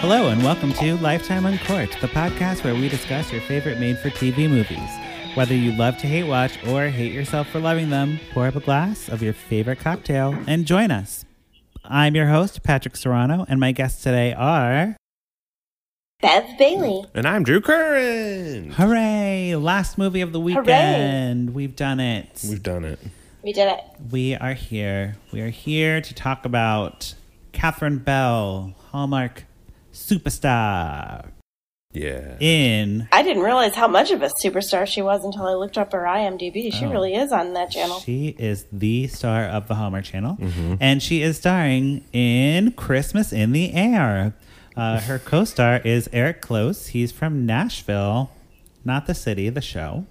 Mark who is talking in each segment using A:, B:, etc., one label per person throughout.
A: Hello, and welcome to Lifetime Uncorked, the podcast where we discuss your favorite made for TV movies. Whether you love to hate watch or hate yourself for loving them, pour up a glass of your favorite cocktail and join us. I'm your host, Patrick Serrano, and my guests today are
B: Bev Bailey.
C: And I'm Drew Curran.
A: Hooray! Last movie of the weekend. We've done it.
C: We've done it.
B: We did it.
A: We are here. We are here to talk about Catherine Bell, Hallmark superstar
C: Yeah.
A: in.
B: I didn't realize how much of a superstar she was until I looked up her IMDb. She
A: Oh.
B: really is on that channel.
A: She is the star of the Hallmark Channel, and she is starring in Christmas in the Air. Uh, her co star is Eric Close. He's from Nashville, not the city, the show.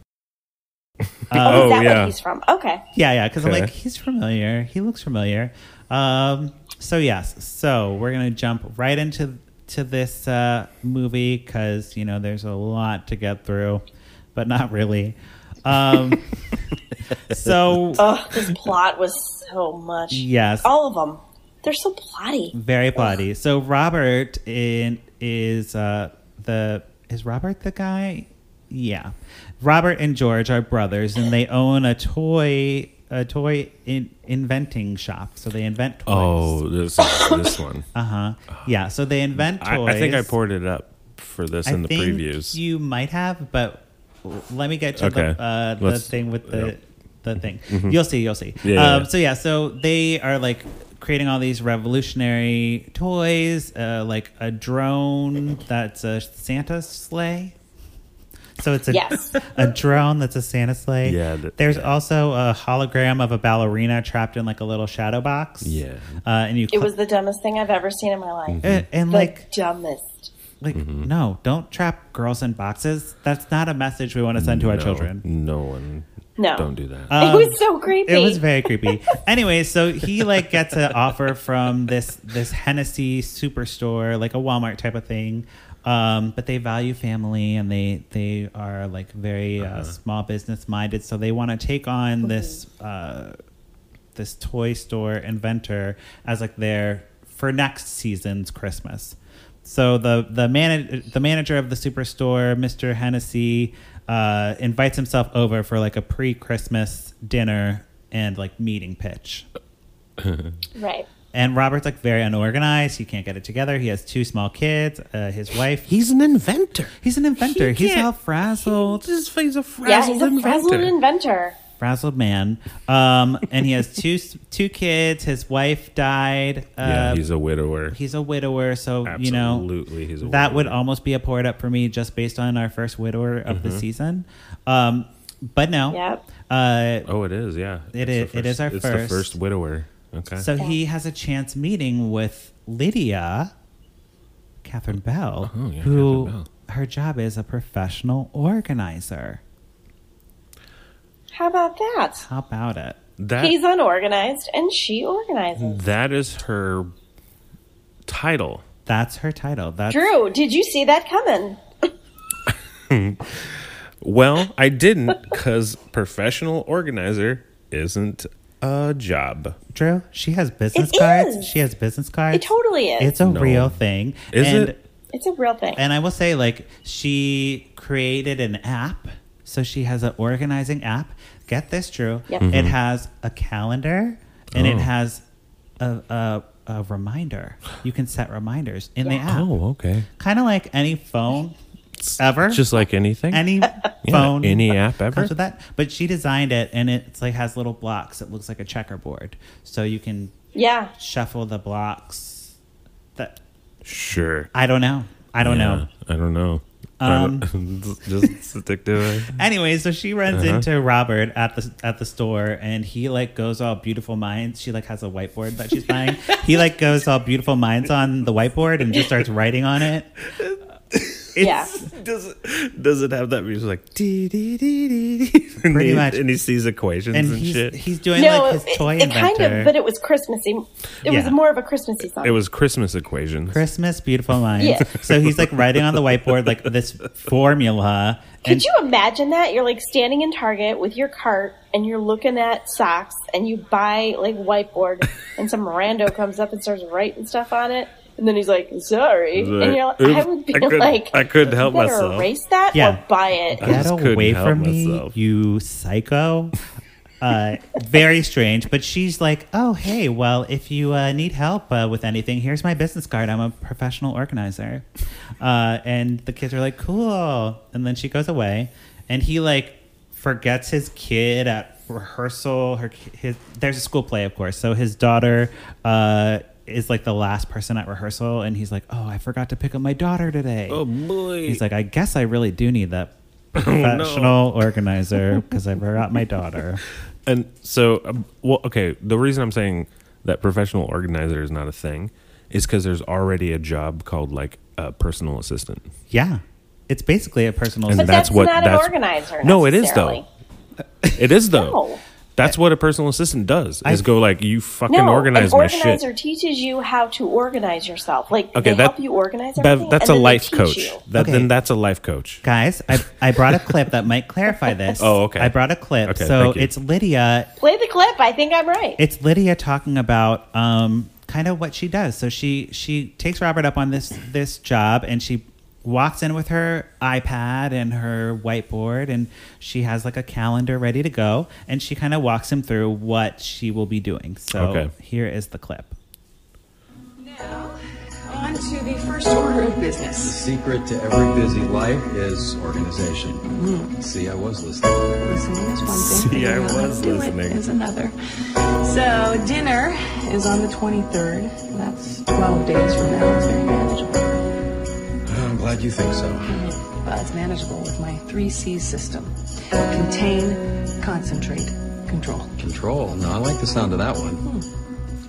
B: Oh, is
C: Oh,
B: that where
C: yeah.
B: he's from? Okay.
A: Yeah, yeah, because I'm
C: Okay.
A: like, he's familiar. He looks familiar. Um, so yes, so we're gonna jump right into to this uh, movie because you know there's a lot to get through, but not really. Um, so
B: Oh, this plot was so much.
A: yes,
B: All of them. They're so plotty.
A: very plotty. So Robert in is uh, the is Robert the guy? Yeah, Robert and George are brothers, and they own a toy a toy in, inventing shop. So they invent toys.
C: Oh, this is this one.
A: Uh huh. Yeah. So they invent toys.
C: I, I think I poured it up for this
A: I
C: in the
A: think
C: previews.
A: You might have, but let me get to
C: Okay.
A: the, uh, the
C: Let's-
A: thing with the
C: yep.
A: the thing. You'll see. You'll see.
C: Yeah, yeah,
A: um,
C: yeah.
A: So yeah. So they are like creating all these revolutionary toys, uh, like a drone that's a Santa sleigh. So it's a
B: Yes.
A: a drone that's a Santa sleigh.
C: Yeah, that-
A: There's also a hologram of a ballerina trapped in like a little shadow box.
C: Yeah.
A: Uh, and you.
B: It
A: cl-
B: was the dumbest thing I've ever seen in my life.
A: and, and,
B: The
A: Mm-hmm. like
B: dumbest.
A: like, no, don't trap girls in boxes. That's not a message we want to send to our
C: no,
A: children. Uh,
C: No one.
B: No.
C: Don't do that.
B: it was so creepy.
A: um, It was very creepy. anyway, so he like gets an offer from this this Hennessy superstore, like a Walmart type of thing. Um, but they value family and they they are like very uh, small business minded, so they want to take on this uh, this toy store inventor as like their for next season's Christmas. So the the man the manager of the superstore, Mr. Hennessy, uh, invites himself over for like a pre Christmas dinner and like meeting pitch.
B: Right.
A: And Robert's like very unorganized. He can't get it together. He has two small kids. Uh, his wife.
C: he's an inventor.
A: He's an inventor.
C: He
A: he's all
C: can't-
A: frazzled.
C: This he's a
B: Yeah,
C: frazzled
B: he's a frazzled inventor.
A: frazzled man. Um, and he has two two kids. His wife died. Uh,
C: yeah, he's a widower.
A: he's a widower, so you know,
C: Absolutely, he's a
A: that would
C: widower.
A: almost be a poured up for me just based on our first widower of
C: Mm-hmm.
A: the season. Um, but no,
B: Yep.
A: uh,
C: oh, it is. Yeah.
A: It
C: It's
A: is-
C: the
A: it is our
C: it's
A: first.
C: the first widower. Okay.
A: so he has a chance meeting with Lydia, Catherine Bell,
C: Oh, yeah,
A: who
C: Catherine
A: her job is a professional organizer.
B: How about that?
A: How about it?
C: that
B: He's unorganized and she
A: Mm,
B: organizes.
C: that is her title.
A: That's her title. That's
B: Drew, did you see that coming?
C: Well, I didn't because professional organizer isn't a job.
A: Drew, she has business
B: It
A: cards.
B: is.
A: She has business cards.
B: It totally is.
A: It's a
C: No.
A: real thing.
C: Is
A: and,
C: it?
B: It's a real thing.
A: And I will say, like, she created an app. So she has an organizing app. Get this, Drew.
B: Yep.
A: It has a calendar and it
C: Mm-hmm. Oh.
A: has a, a, a reminder. You can set reminders in the app.
C: Oh, okay.
A: Kind of like any phone ever.
C: Just like anything.
A: any
C: Yeah,
A: phone.
C: any app ever.
A: comes with that. But she designed it and it's like has little blocks. It looks like a checkerboard. So you can
B: yeah.
A: shuffle the blocks. That
C: Sure.
A: I don't know. I don't know.
C: I don't know.
A: Um,
C: I don't- just stick to it.
A: Anyway, so she runs
C: Uh-huh.
A: into Robert at the at the store, and he like goes all beautiful minds. She like has a whiteboard that she's buying. he like goes all beautiful minds on the whiteboard and just starts writing on it.
B: Yeah.
C: Does it, does it have that music like dee dee dee dee? dee, and
A: Pretty
C: he-
A: much.
C: And he sees equations and,
A: And he's
C: shit.
A: he's doing like his toy
B: it, it
A: inventor.
B: kind of, but it was Christmassy. It
A: Yeah.
B: was more of a Christmassy song.
C: it was Christmas equations.
A: Christmas, beautiful minds.
B: Yeah.
A: So he's like writing on the whiteboard like this formula.
B: Could you imagine that? You're like standing in Target with your cart and you're looking at socks and you buy like whiteboard and some rando comes up and starts writing stuff on it. And then he's like, sorry.
C: He's
B: and you're
C: like,
B: like,
C: "Oops,
B: I would be
C: I couldn't-
B: like,
C: I couldn't help
B: you better
C: myself." Uh,
B: erase that
A: Yeah.
B: or buy it.
C: I
A: Get
C: just couldn't
A: away
C: help
A: from me,
C: myself.
A: you psycho. Uh, very strange, but she's like, "Oh, hey, well, if you uh, need help uh, with anything, here's my business card. I'm a professional organizer." Uh, and the kids are like, "Cool," and then she goes away, and he like forgets his kid at rehearsal. Her his there's a school play, of course, so his daughter. Uh, is like the last person at rehearsal, and he's like, "Oh, I forgot to pick up my daughter today."
C: Oh boy. Oh,
A: He's like, I guess I really do need that professional organizer because I forgot my daughter.
C: and so, um, well, okay. The reason I'm saying that professional organizer is not a thing is because there's already a job called like a personal assistant.
A: Yeah, it's basically a personal.
C: And
B: But
A: assistant.
C: that's
B: that's,
C: what-
B: not
C: that's-
B: an organizer.
C: No, it is,
B: necessarily.
C: It is though.
B: No.
C: That's what a personal assistant does. Is
A: I-
C: go like you fucking
B: No,
C: organize
B: an
C: my
B: organizer
C: shit.
B: teaches you how to organize yourself. Like they
C: Okay, that-
B: help you organize
C: That-
B: everything. and
C: that's a
B: then they
C: life
B: teach
C: coach.
B: you.
C: That,
A: Okay.
C: Then that's a life coach.
A: Guys, I, I brought a clip that might clarify this.
C: Oh, okay.
A: I brought a clip.
C: Okay,
A: so
C: thank you.
A: it's Lydia
B: Play the clip. I think I'm right.
A: it's Lydia talking about um, kind of what she does. So she she takes Robert up on this this job, and she walks in with her iPad and her whiteboard, and she has like a calendar ready to go, and she kind of walks him through what she will be doing. So
C: Okay.
A: here is the clip.
D: Now, on to the first order of
E: The
D: business.
E: secret to every busy life is organization. See, I was listening. Oh,
D: Listening is one thing.
C: See, I
D: figuring out how
C: was
D: to do it
C: listening.
D: Is another. So dinner is on the 23rd. That's 12 days from now. It's very manageable.
E: I'm glad you think so.
D: Uh, it's manageable with my three C system: contain, concentrate, control.
E: Control. No, I like the sound of that one.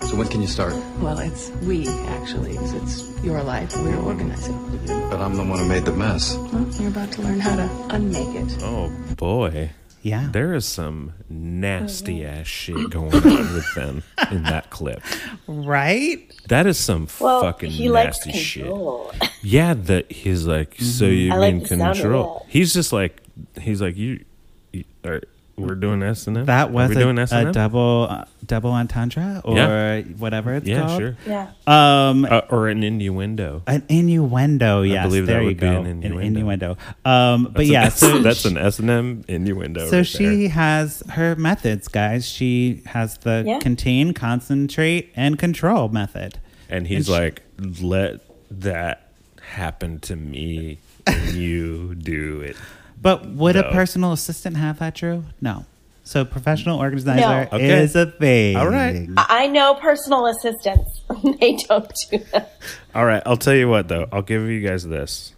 E: So when can you start?
D: Well, it's we actually, 'cause it's your life. We're organizing.
E: But I'm the one who made the mess.
D: Well, you're about to learn how to unmake it.
C: Oh boy.
A: Yeah.
C: There is some nasty
B: Mm-hmm.
C: ass shit going on with them in that clip.
A: Right?
C: That is some
B: well,
C: fucking
B: he likes
C: nasty
B: control.
C: shit. Yeah, that he's like, so you
B: I like
C: mean
B: the sound of
C: control?
B: that.
C: He's just like, he's like, you, you are, we're doing S and M.
A: That was
C: we're
A: a,
C: doing S
A: a
C: and M.
A: double uh, double entendre or
C: Yeah.
A: whatever it's
C: Yeah,
A: called.
C: sure.
B: Yeah.
A: Um,
C: Uh, or an innuendo.
A: an innuendo. Yes,
C: believe that
A: there you
C: would be
A: go.
C: an innuendo.
A: Um, but
C: That's an
A: yeah,
C: S-
A: so
C: that's an S and M innuendo.
A: So
C: right
A: she
C: there.
A: has her methods, guys. She has the
B: Yeah.
A: contain, concentrate, and control method.
C: and he's
A: she-
C: like, let that happen to me. and you do it.
A: But would
C: No.
A: a personal assistant have that, Drew? No. So professional organizer
B: No.
C: Okay.
A: is a thing.
C: All right.
B: I know personal assistants. they don't do that.
C: All right, I'll tell you what though. I'll give you guys this.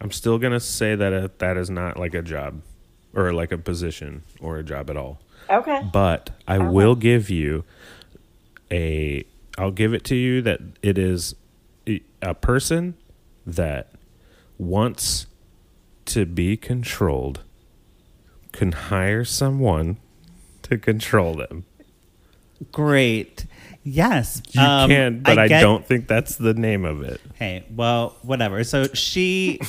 C: I'm still gonna say that uh that is not like a job, or like a position or a job at all.
B: Okay.
C: But I will give you a. I'll give it to you that it is a- a person that wants to be controlled can hire someone to control them.
A: Great. Yes.
C: You
A: Um,
C: can, but I,
A: get-
C: don't think that's the name of it.
A: Hey, well, whatever. So she,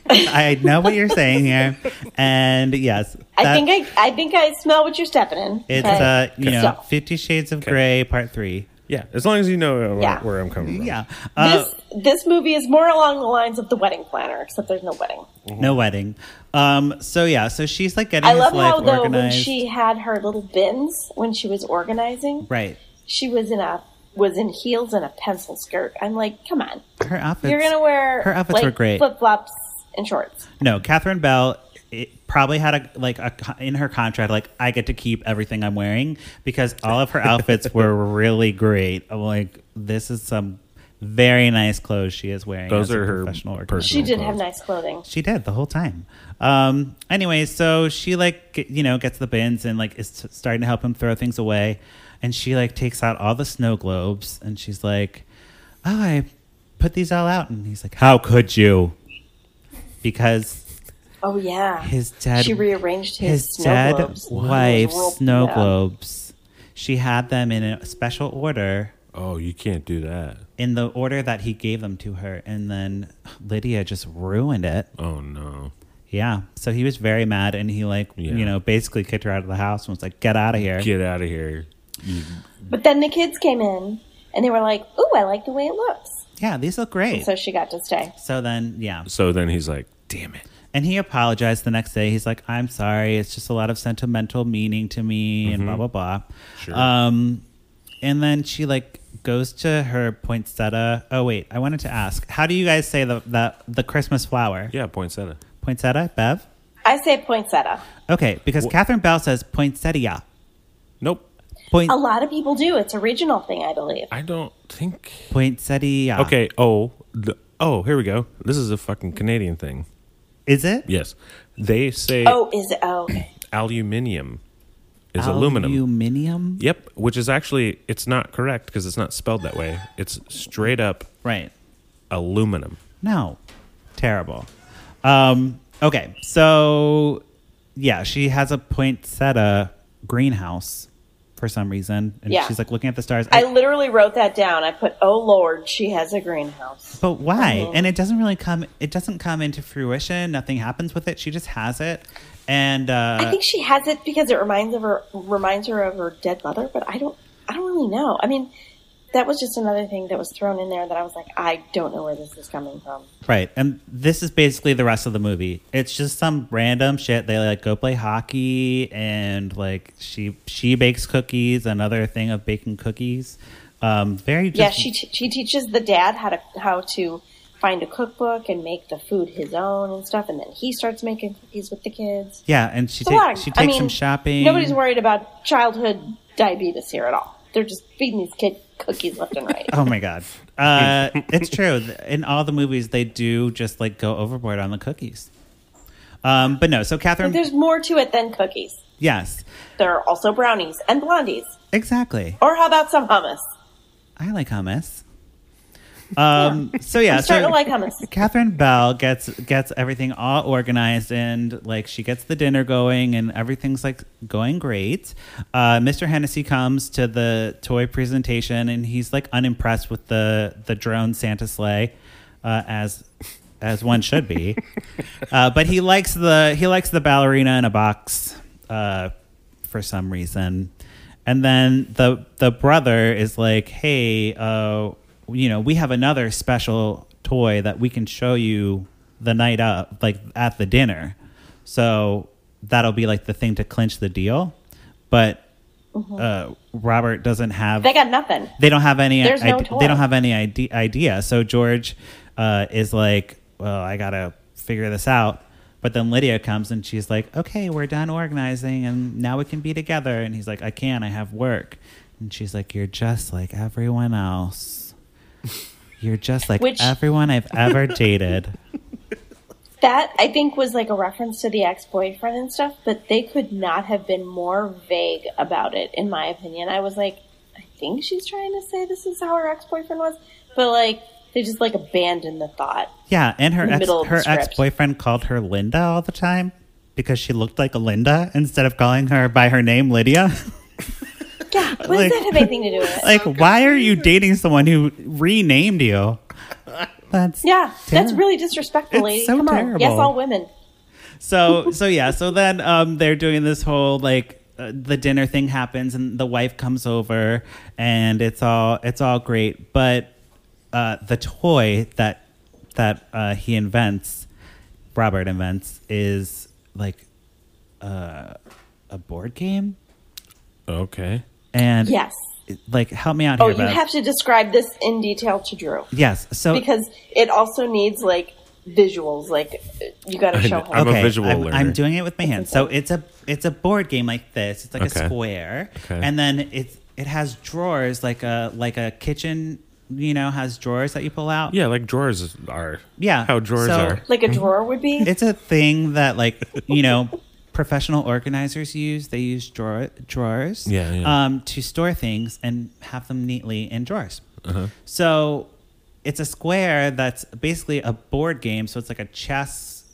A: I know what you're saying here, and yes,
B: I
A: that-
B: think I, I think I smell what you're stepping in.
A: it's
B: but-
A: uh, you know,
B: So,
A: Fifty Shades of Grey, Part Three.
C: Yeah, as long as you know uh,
B: Yeah.
C: where I'm coming from.
A: Yeah. Uh,
B: this this movie is more along the lines of the wedding planner, except there's no wedding.
A: No wedding. Um. So yeah. So she's like getting
B: I
A: his
B: love
A: life
B: how though when
A: organized.
B: she had her little bins when she was organizing,
A: right.
B: she was in a was in heels and a pencil skirt. I'm like, come on,
A: Her outfits.
B: you're gonna wear
A: her outfits
B: like,
A: were great.
B: flip flops and shorts.
A: No, Catherine Bell it probably had a like a co- in her contract like I get to keep everything I'm wearing because all of her outfits were really great. I'm like this is some very nice clothes she is wearing.
C: Those
A: as a
C: are her
A: professional organizer.
C: personal-
B: She did
C: clothes.
B: have nice clothing.
A: She did the whole time. Um, anyway, so she like g- you know gets the bins and like is t- starting to help him throw things away, and she like takes out all the snow globes and she's like, "Oh, I put these all out," and he's like, "How could you?" Because
B: Oh yeah,
A: his dead
B: She rearranged his,
A: his
B: snow
A: dead
B: globes.
A: wife's
B: Those were-
A: snow
B: yeah.
A: globes. She had them in a special order
C: Oh, you can't do that.
A: in the order that he gave them to her, and then Lydia just ruined it.
C: Oh no.
A: Yeah. So he was very mad and he like
C: Yeah.
A: you know, basically kicked her out of the house and was like, Get out of here.
C: Get out of here.
B: But then the kids came in and they were like, "Ooh, I like the way it looks."
A: Yeah, these look great.
B: So she got to stay.
A: So then, yeah.
C: So then he's like, damn it.
A: And he apologized the next day. He's like, I'm sorry. It's just a lot of sentimental meaning to me and blah, blah, blah.
C: Mm-hmm. Sure.
A: Um, and then she like goes to her poinsettia. Oh, wait. I wanted to ask, how do you guys say the, the, the Christmas flower?
C: Yeah, poinsettia.
A: Poinsettia, Bev?
B: I say poinsettia.
A: Okay, because Catherine Bell says poinsettia.
C: Nope.
A: Point,
B: A lot of people do. It's a regional thing, I believe.
C: I don't think.
A: poinsettia.
C: Okay. Oh, the, oh, here we go. This is a fucking Canadian thing.
A: Is it?
C: Yes. They say
B: Oh, is it? Oh, okay.
C: aluminium is aluminum.
A: Aluminium?
C: Yep, which is actually it's not correct because it's not spelled that way. It's straight up
A: Right.
C: aluminum.
A: No. Terrible. Um, okay. So, yeah, she has a poinsettia greenhouse for some reason. And
B: Yeah.
A: she's like looking at the stars.
B: I literally wrote that down. I put, "Oh Lord, she has a greenhouse."
A: but why?
B: Uh-huh.
A: And it doesn't really come, it doesn't come into fruition. Nothing happens with it. She just has it. And uh,
B: I think she has it because it reminds of her reminds her of her dead mother, but I don't I don't really know. I mean, that was just another thing that was thrown in there that I was like, I don't know where this is coming from.
A: Right. And this is basically the rest of the movie. It's just some random shit. They like go play hockey and like she she bakes cookies, another thing of baking cookies. Um very just
B: yeah, she t- she teaches the dad how to how to find a cookbook and make the food his own and stuff, and then he starts making cookies with the kids.
A: Yeah, and she
B: It's a lot.
A: takes
B: Of,
A: she
B: I
A: takes
B: mean,
A: some shopping.
B: Nobody's worried about childhood diabetes here at all. They're just feeding these kid cookies left and right.
A: Oh my god. Uh it's true. In all the movies they do just like go overboard on the cookies. Um but no, so
B: But
A: Catherine
B: There's more to it than cookies.
A: Yes.
B: There are also brownies and blondies.
A: Exactly.
B: Or how about some hummus?
A: I like hummus. Um so yeah,
B: I'm starting
A: so
B: to like hummus.
A: Catherine Bell gets gets everything all organized and like she gets the dinner going and everything's like going great. Uh, Mr. Hennessy comes to the toy presentation and he's like unimpressed with the the drone Santa sleigh, uh, as as one should be. uh, but he likes the he likes the ballerina in a box uh, for some reason. And then the the brother is like, "Hey, uh, you know, we have another special toy that we can show you the night up, like at the dinner. So that'll be like the thing to clinch the deal." But uh, Robert doesn't have
B: They got nothing.
A: they don't have any
B: There's no
A: ide-
B: toy.
A: they don't have any idea, idea. so george uh, is like well i gotta figure this out but then lydia comes and she's like okay we're done organizing and now we can be together and he's like i can i have work and she's like you're just like everyone else you're just like
B: Which-
A: everyone i've ever dated
B: That I think was like a reference to the ex-boyfriend and stuff, but they could not have been more vague about it, in my opinion. I was like, I think she's trying to say this is how her ex-boyfriend was, but like they just like abandoned the thought.
A: yeah and her
B: In the
A: ex
B: middle of the
A: her
B: script.
A: ex-boyfriend called her linda all the time because she looked like a linda instead of calling her by her name lydia
B: Yeah, what
A: Like-
B: does that have anything to do with it?
A: like why are you dating someone who renamed you that's
B: yeah, that's
A: Terrible.
B: really disrespectful,
A: It's
B: lady.
A: so
B: Come on,
A: terrible.
B: yes, all women.
A: so so yeah so then um they're doing this whole like uh, the dinner thing happens and the wife comes over and it's all it's all great but uh the toy that that uh he invents robert invents is like uh a board game
C: Okay.
A: and
B: Yes.
A: like help me out
B: Oh,
A: here
B: you
A: Bev.
B: have to describe this in detail to Drew
A: yes so
B: because it also needs like visuals. Like you got to
C: I
B: show
C: know.
B: him.
C: I'm a visual
A: I'm,
C: learner.
A: I'm doing it with my hands. So it's a it's a board game like this. It's like
C: Okay.
A: a square,
C: Okay.
A: and then it's it has drawers like a like a kitchen. You know, has drawers that you pull out.
C: Yeah, like drawers are.
A: Yeah,
C: How drawers
A: so-
C: are.
B: like a drawer would be.
A: it's a thing that like you know professional organizers use. They use drawer drawers.
C: Yeah, yeah.
A: Um, to store things and have them neatly in drawers.
C: Uh-huh.
A: So it's a square that's basically a board game. So it's like a chess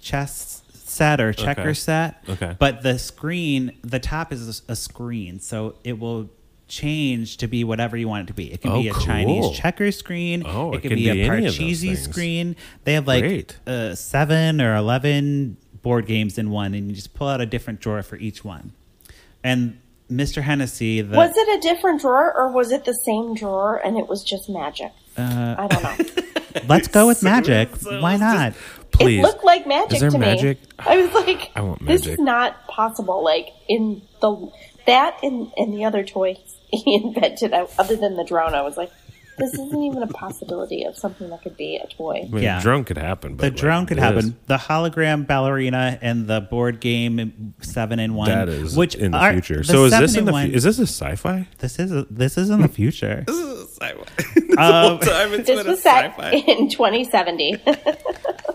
A: chess set or checker
C: Okay.
A: set.
C: Okay.
A: But the screen, the top is a screen, so it will change to be whatever you want it to be. It can
C: Oh,
A: be a Chinese
C: cool.
A: checker screen.
C: Oh,
A: it, can, be, a
C: any of those
A: Parcheesi
C: things.
A: screen. They have like
C: Great.
A: uh, seven or eleven board games in one, and you just pull out a different drawer for each one. And Mr. Hennessy, the,
B: Was it a different drawer or was it the same drawer and it was just magic?
C: Uh,
B: I don't know.
A: let's go with magic. Why not?
C: Please.
B: It looked like magic
C: Is there
B: to
C: magic?
B: me. I was like,
C: I want
B: This
C: magic.
B: is not possible. Like in the that and and the other toy he invented, I, other than the drone, I was like, this isn't even a possibility of something that could be a toy.
C: I mean,
A: Yeah.
C: drone could happen. But
A: The
C: like,
A: drone could
C: this-
A: happen. The hologram ballerina and the board game seven in one.
C: That is
A: which
C: in the
A: are-
C: future.
A: the
C: so is this
A: seven
C: in the?
A: one-
C: fu- Is this a sci-fi?
A: this is this is in the future.
F: whole time it's
B: This
F: been a
B: was set
F: sci-fi.
B: in 2070.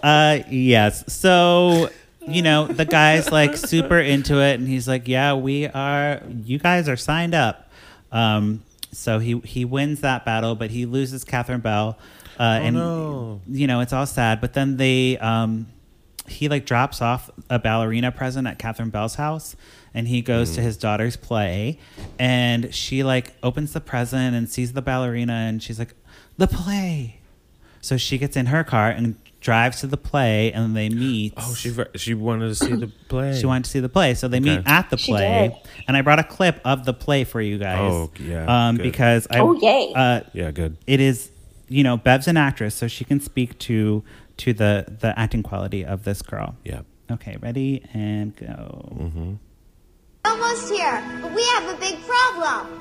A: Uh, yes. So, you know, the guy's like super into it, and he's like, "Yeah, we are. You guys are signed up." Um, so he he wins that battle, but he loses Catherine Bell, uh, and
C: no.
A: you know it's all sad. But then they um, he like drops off a ballerina present at Catherine Bell's house, and he goes
C: Mm-hmm.
A: to his daughter's play, and she like opens the present and sees the ballerina, and she's like, "The play." So she gets in her car and drives to the play, and they meet.
C: Oh, she ver- she wanted to see the play.
A: She wanted to see the play, so they meet
C: Okay.
A: at the
B: She
A: play. And I brought a clip of the play for you guys.
C: Oh, yeah,
A: um,
C: good.
A: because I,
B: Oh, yay.
A: Uh,
C: Yeah, good.
A: it is, you know, Bev's an actress, so she can speak to to the the acting quality of this girl.
C: Yeah.
A: Okay, ready and go.
G: Almost here, but we have a big problem.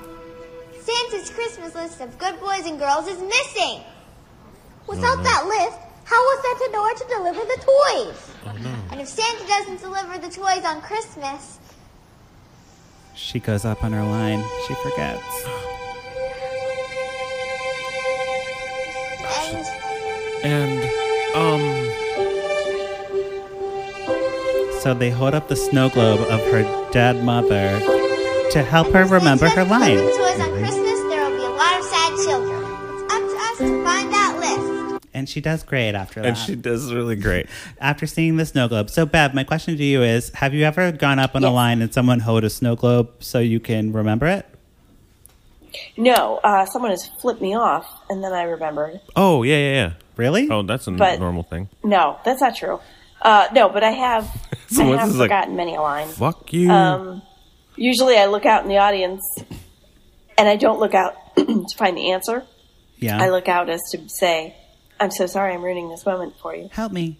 G: Santa's Christmas list of good boys and girls is missing. Without that list, how will Santa know where to deliver the toys? And if Santa doesn't deliver the toys on Christmas,
A: She goes up on her line. She forgets.
G: and
C: And um,
A: So they hold up the snow globe of her dead mother to help her remember her
G: Santa doesn't
A: line.
G: deliver the toys on Christmas, there will be a lot of sad children. It's up to us to find that list.
A: And she does great after that.
C: and she does really great.
A: after seeing the snow globe. So, Bev, my question to you is Have you ever gone up on a
B: Yes.
A: line and someone hoed a snow globe so you can remember it?
B: no, uh, someone has flipped me off, and then I remembered.
C: Oh yeah, yeah, yeah.
A: Really?
C: Oh, that's a n-
B: But-
C: normal thing.
B: No, that's not true. Uh, no, but I have, I
C: Someone
B: have
C: is like,
B: forgotten many a line.
C: Fuck you.
B: um, Usually I look out in the audience, and I don't look out to find the answer.
A: yeah.
B: I look out as to say, I'm so sorry I'm ruining this moment for you.
A: Help me.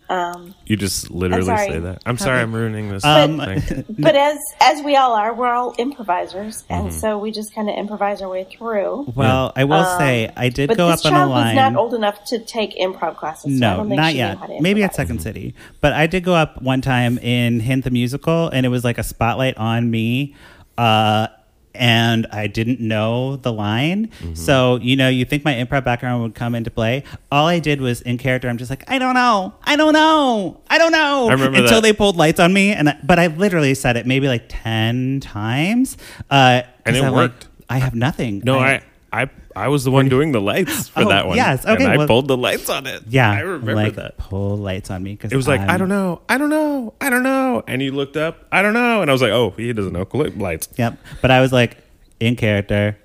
C: you just literally
B: sorry.
C: say that. I'm sorry, I'm ruining this
A: Um,
C: thing.
B: But as as we all are, we're all improvisers, and so we just kind of improvise our way through.
A: well, I will say, I did
B: Um, But
A: go
B: this
A: up on a
B: child
A: line.
B: was not old enough to take improv classes. so I
A: no,
B: don't think
A: not
B: she Knew how to
A: yet. Maybe at
B: improvise.
A: Second City. But I did go up one time in Hint the Musical, and it was like a spotlight on me. Uh, and I didn't know the line.
C: Mm-hmm.
A: So, you know, you think my improv background would come into play. All I did was in character, I'm just like, I don't know. I don't know. I don't know.
C: I remember
A: Until
C: that.
A: they pulled lights on me. and I, But I literally said it maybe like 10 times. Uh, 'cause
C: And it
A: I, like,
C: worked.
A: I have nothing.
C: No, I, I, I was the one doing the lights for
A: Oh,
C: that one.
A: yes,
C: And
A: okay,
C: I
A: well-
C: pulled the lights on it.
A: Yeah.
C: I remember
A: like,
C: that.
A: Pull lights on me.
C: It was like I don't know, I don't know, I don't know, and you looked up, I don't know, and I was like, oh, he doesn't know clip lights.
A: Yep. But I was like in character,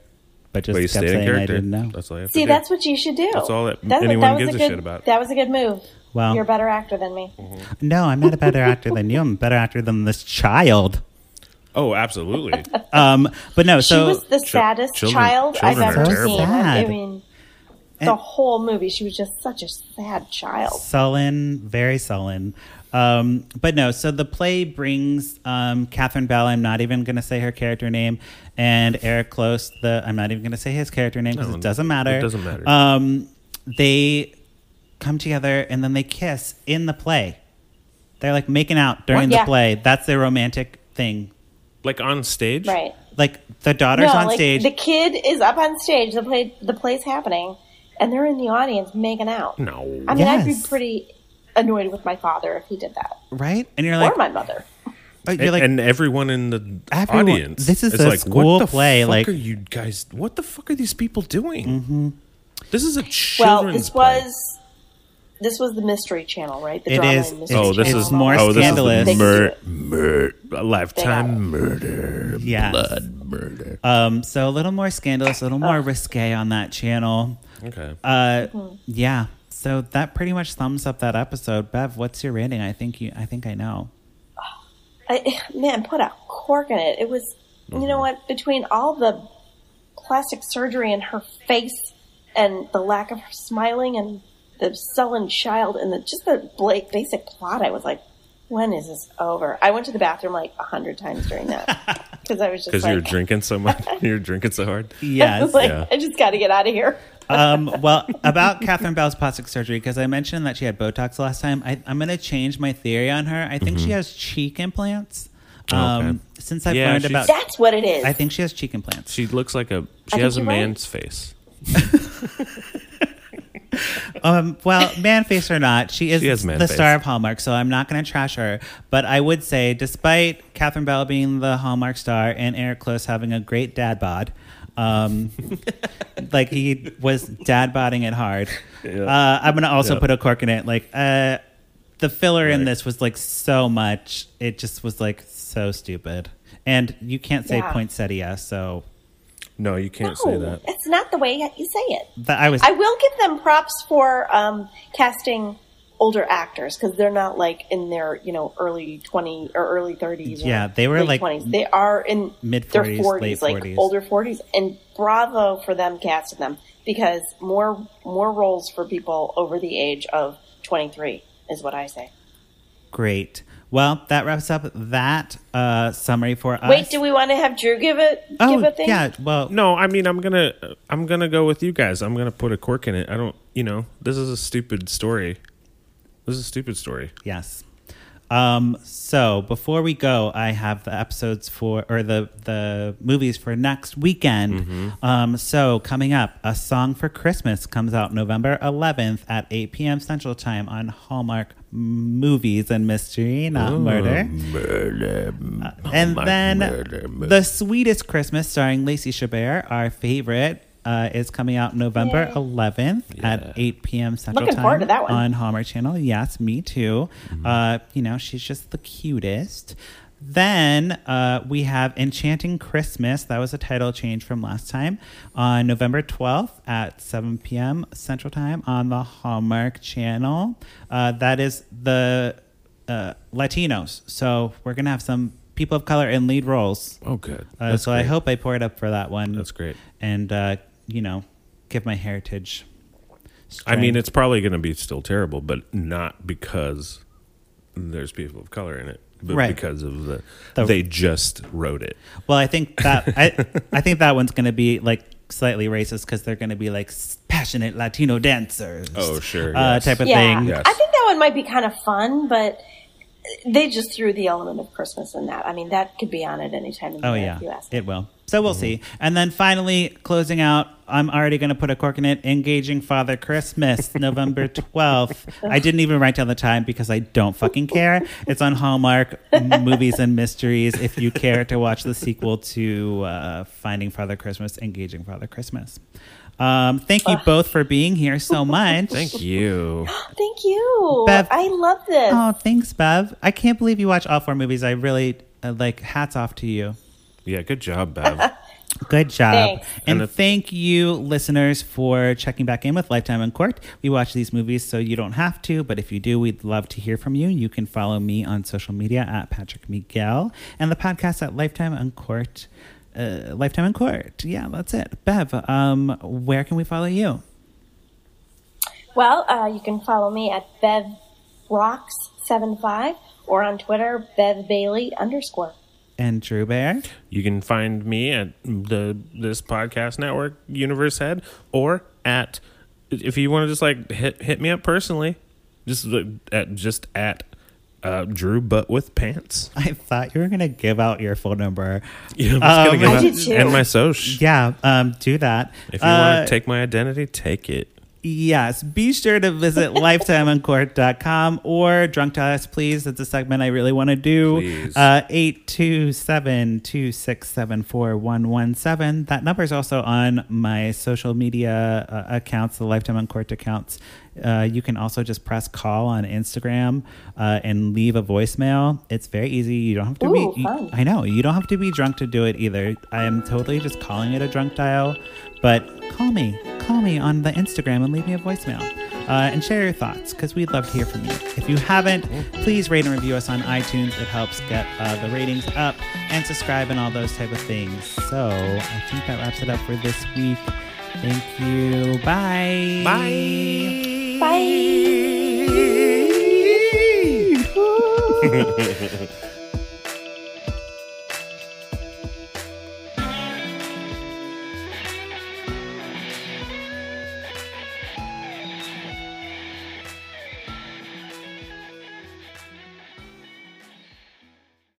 A: but just
C: But you
A: kept
C: stayed in
A: saying I
C: character.
A: didn't know.
C: That's all. You have
B: See,
C: to do.
B: that's what you should do.
C: That's all that
B: That's-
C: anyone
B: was
C: gives a
B: good,
C: shit about.
B: That was a good move.
A: Well-
B: You're a better actor than me.
A: No, I'm not a better actor than you. I'm a better actor than this child.
C: Oh, absolutely.
A: Um, but no,
B: she
A: so
B: was the saddest
C: children-
B: child I've
C: children
A: are
B: ever
A: terrible.
B: seen. I
A: Sad.
B: mean, the
A: And-
B: whole movie, she was just such a sad child.
A: sullen, very sullen. Um, but no, so the play brings um, Catherine Bell. I'm not even going to say her character name, and Eric Close. The I'm not even going to say his character name because
C: No,
A: it doesn't matter.
C: it doesn't matter.
A: Um, they come together and then they kiss in the play. They're like making out during
B: What?
A: the
B: Yeah.
A: play. That's their romantic thing.
C: like on stage,
B: Right.
A: Like the daughter's on
B: like,
A: stage.
B: The kid is up on stage. The play, the play's happening, and they're in the audience making out.
C: No.
B: I mean, I'd be
A: Yes.
B: pretty annoyed with my father if he did that,
A: right? And you're
B: or
A: like,
B: my mother.
A: oh, you're like,
C: and everyone in the
A: Everyone-
C: audience.
A: this is
C: It's
A: a
C: like,
A: school
C: what the
A: play,
C: Fuck
A: like- Mm-hmm.
C: are you guys? What the fuck are these people doing? This is a children's
B: Well, this
C: play.
B: was this was the Mystery Channel, right? The
A: It
B: drama
A: is-
B: and
A: it's-
B: Mystery
C: Oh, this
B: Channel.
A: is more
C: oh, this
A: scandalous.
C: Is
A: They
C: the mur-
B: could
C: mur- a lifetime murder.
A: Yes.
C: Blood murder.
A: um, so a little more scandalous, a little more risque on that channel.
C: okay.
A: Uh, yeah. So that pretty much thumbs up that episode. Bev, what's your rating? I think you. I think I know.
B: I, man, put a cork in it. It was You
C: Mm-hmm.
B: know what? Between all the plastic surgery in her face and the lack of her smiling and the sullen child and the, just the bla- basic plot, I was like, when is this over? I went to the bathroom like a hundred times during that because I was just
C: because
B: like,
C: you're drinking so much. you're drinking so hard.
A: Yes.
B: like
C: yeah.
B: I just got to get out of here.
A: um, well, about Catherine Bell's plastic surgery, because I mentioned that she had Botox last time. I, I'm going to change my theory on her. I think she has cheek implants. Um,
C: Mm-hmm. Oh, Okay.
A: Since I've
C: Yeah,
A: learned
C: she's-
A: about,
B: That's what it is.
A: I think she has cheek implants.
C: She looks like a. She
B: think
C: has a
B: you're right.
C: man's face.
A: Well, man face or not, she is
C: She has man
A: the
C: face.
A: star of Hallmark, so I'm not going to trash her. But I would say, despite Catherine Bell being the Hallmark star and Eric Close having a great dad bod, um, like he was dad bodding it hard, uh, I'm going to also
C: Yeah.
A: put a cork in it. Like, uh, the filler in
C: Right.
A: this was like so much. It just was like so stupid. And you can't say
B: Yeah.
A: poinsettia, so
C: No, you can't say
B: no,
C: that.
B: it's not the way you say it.
A: that I was.
B: I will give them props for um, casting older actors because they're not like in their you know early twenty or early thirties.
A: Yeah, they were, like,
B: twenties. They are in
A: mid-
B: their
A: 40s, late
B: forties, like
A: 40s.
B: older forties. And bravo for them casting them because more more roles for people over the age of twenty three is what I say.
A: great. Well, that wraps up that uh, summary for us.
B: Wait, do we want to have Drew give it give a thing?
A: Oh, Yeah, well,
C: No, I mean I'm gonna I'm gonna go with you guys. I'm gonna put a cork in it. I don't. You know, this is a stupid story. This is a stupid story.
A: yes. Um, so before we go, I have the episodes for or the the movies for next weekend. Um, so coming up, A Song for Christmas comes out November 11th at 8 p.m. Central Time on Hallmark Movies and Mystery, not Murder. Uh, and then the sweetest christmas starring lacey chabert our favorite uh, is coming out november 11th at 8 p.m central
B: Looking
A: time
B: forward to that one.
A: on hallmark channel yes me too
C: Mm-hmm.
A: uh, you know she's just the cutest then uh, we have Enchanting Christmas. That was a title change from last time on November 12th at 7 p.m. Central Time on the Hallmark Channel. Uh, that is the uh, Latinos. So we're gonna have some people of color in lead roles.
C: Oh, good.
A: Uh, so I hope I pour it up for that one.
C: That's great.
A: And uh, you know, give my heritage.
C: I mean,
A: strength.
C: it's probably going to be still terrible, but not because there's people of color in it, but
A: Right.
C: because of the,
A: The-
C: they just wrote it.
A: well, I think that I I think that one's gonna be like slightly racist because they're gonna be like s- passionate Latino dancers.
C: Oh, sure,
A: uh,
C: yes.
A: type of
B: Yeah,
A: thing.
C: Yes.
B: I think that one might be kind of fun, but they just threw the element of Christmas in that. I mean, that could be on at any time of the
A: Oh
B: year
A: yeah,
B: if you ask.
A: it will. So we'll see. And then finally, closing out, I'm already going to put a cork in it. Engaging Father Christmas, November 12th. I didn't even write down the time because I don't fucking care. It's on Hallmark Movies and Mysteries. If you care to watch the sequel to uh, Finding Father Christmas, Engaging Father Christmas. Um, thank you both for being here so much.
C: Thank you.
B: Thank you.
A: Bev-
B: I love this.
A: Oh, thanks, Bev. I can't believe you watch all four movies. I really uh, like. Hats off to you.
C: Yeah, good job, Bev.
A: Good job.
B: Thanks.
A: And,
C: And if-
A: thank you, listeners, for checking back in with Lifetime in Court. We watch these movies so you don't have to, but if you do, we'd love to hear from you. You can follow me on social media at Patrick Miguel and the podcast at Lifetime in Court. Uh, Lifetime in Court. Yeah, that's it. Bev, um, where can we follow you?
B: Well, uh, you can follow me at Bev Rocks75 or on Twitter, Bev Bailey underscore.
A: And Drew Bear.
C: you can find me at the this podcast network, Universe Head, or at if you want to just like hit hit me up personally, just the- at just at uh, Drew Butt with Pants.
A: I thought you were going to give out your phone number.
C: Yeah, I'm just
A: Um,
C: gonna give
B: I
C: out-
B: did too.
C: and my social.
A: Yeah, um, do that.
C: If you
A: Uh,
C: want to take my identity, take it.
A: Yes. Be sure to visit lifetimeoncourt.com or Drunk to Us, please. That's a segment I really want to do.
C: Please.
A: Uh, 827 267 4117. That number is also on my social media uh, accounts, the Lifetime on Court accounts. Uh, you can also just press call on Instagram uh, and leave a voicemail. It's very easy. You don't have to
B: Ooh,
A: be. e-
B: fun.
A: I know. You don't have to be drunk to do it either. I am totally just calling it a drunk dial, but call me. Call me on the Instagram and leave me a voicemail. uh, and share your thoughts because we'd love to hear from you. If you haven't, please rate and review us on iTunes. It helps get uh, the ratings up and subscribe and all those type of things. So I think that wraps it up for this week. Thank you. Bye.
C: Bye.
B: Bye.
C: Bye.